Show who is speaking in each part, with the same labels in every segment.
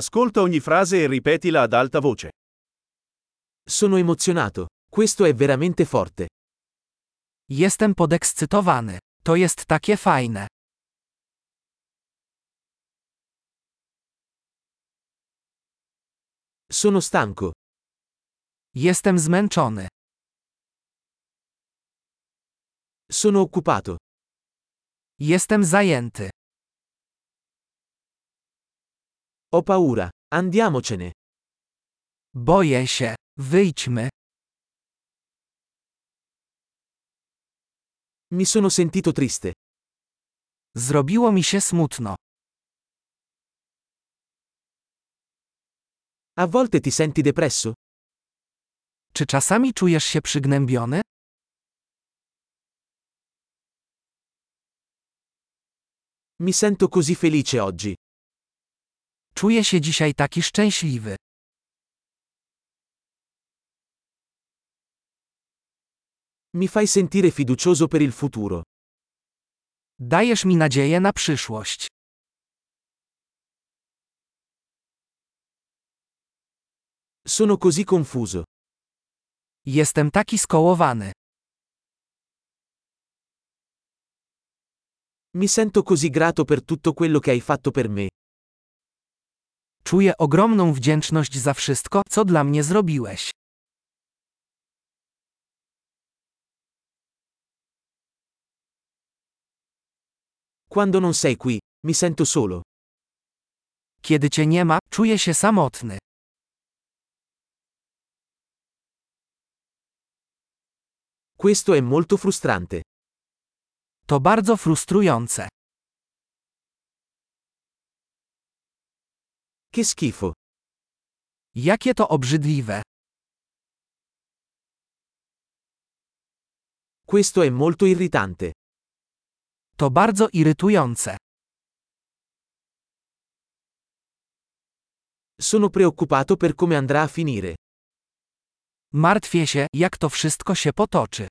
Speaker 1: Ascolta ogni frase e ripetila ad alta voce.
Speaker 2: Sono emozionato. Questo è veramente forte.
Speaker 3: Jestem podekscytowany. To jest takie fajne.
Speaker 2: Sono stanco.
Speaker 3: Jestem zmęczony.
Speaker 2: Sono occupato.
Speaker 3: Jestem zajęty.
Speaker 2: Ho paura. Andiamocene.
Speaker 3: Boję się. Wyjdźmy.
Speaker 2: Mi sono sentito triste.
Speaker 3: Zrobiło mi się smutno.
Speaker 2: A volte ti senti depresso?
Speaker 3: Czy czasami czujesz się przygnębiony?
Speaker 2: Mi sento così felice oggi.
Speaker 3: Czuję się dzisiaj taki szczęśliwy.
Speaker 2: Mi fai sentire fiducioso per il futuro.
Speaker 3: Dajesz mi nadzieję na przyszłość.
Speaker 2: Sono così confuso.
Speaker 3: Jestem taki skołowany.
Speaker 2: Mi sento così grato per tutto quello che hai fatto per me.
Speaker 3: Czuję ogromną wdzięczność za wszystko, co dla mnie zrobiłeś.
Speaker 2: Quando non sei qui, mi sento solo.
Speaker 3: Kiedy cię nie ma, czuję się samotny.
Speaker 2: Questo è molto frustrante.
Speaker 3: To bardzo frustrujące.
Speaker 2: Che schifo.
Speaker 3: Jakie to obrzydliwe.
Speaker 2: Questo è molto irritante.
Speaker 3: To bardzo irytujące.
Speaker 2: Sono preoccupato per come andrà a finire.
Speaker 3: Martwię się, jak to wszystko się potoczy.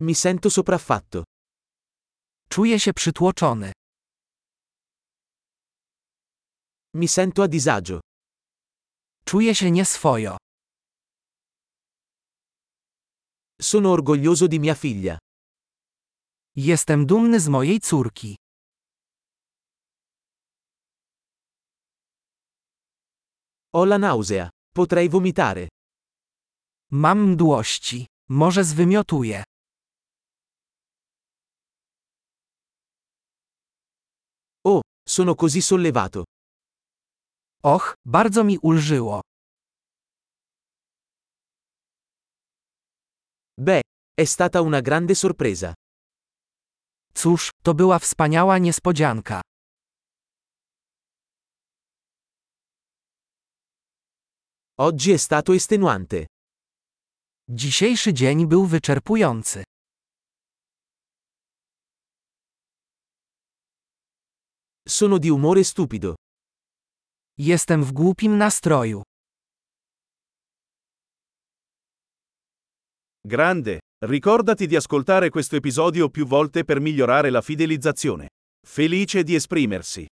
Speaker 2: Mi sento sopraffatto.
Speaker 3: Czuję się przytłoczony.
Speaker 2: Mi sento a disagio.
Speaker 3: Czuję się nieswojo.
Speaker 2: Sono orgoglioso di mia figlia.
Speaker 3: Jestem dumny z mojej córki.
Speaker 2: Ho la nausea. Potrei vomitare.
Speaker 3: Mam mdłości. Może zwymiotuję.
Speaker 2: Sono così sollevato.
Speaker 3: Och, bardzo mi ulżyło.
Speaker 2: Beh, è stata una grande sorpresa.
Speaker 3: Cóż, to była wspaniała niespodzianka.
Speaker 2: Oggi è stato estenuante.
Speaker 3: Dzisiejszy dzień był wyczerpujący.
Speaker 2: Sono di umore stupido.
Speaker 3: Jestem w głupim nastroju.
Speaker 1: Grande. Ricordati di ascoltare questo episodio più volte per migliorare la fidelizzazione. Felice di esprimersi.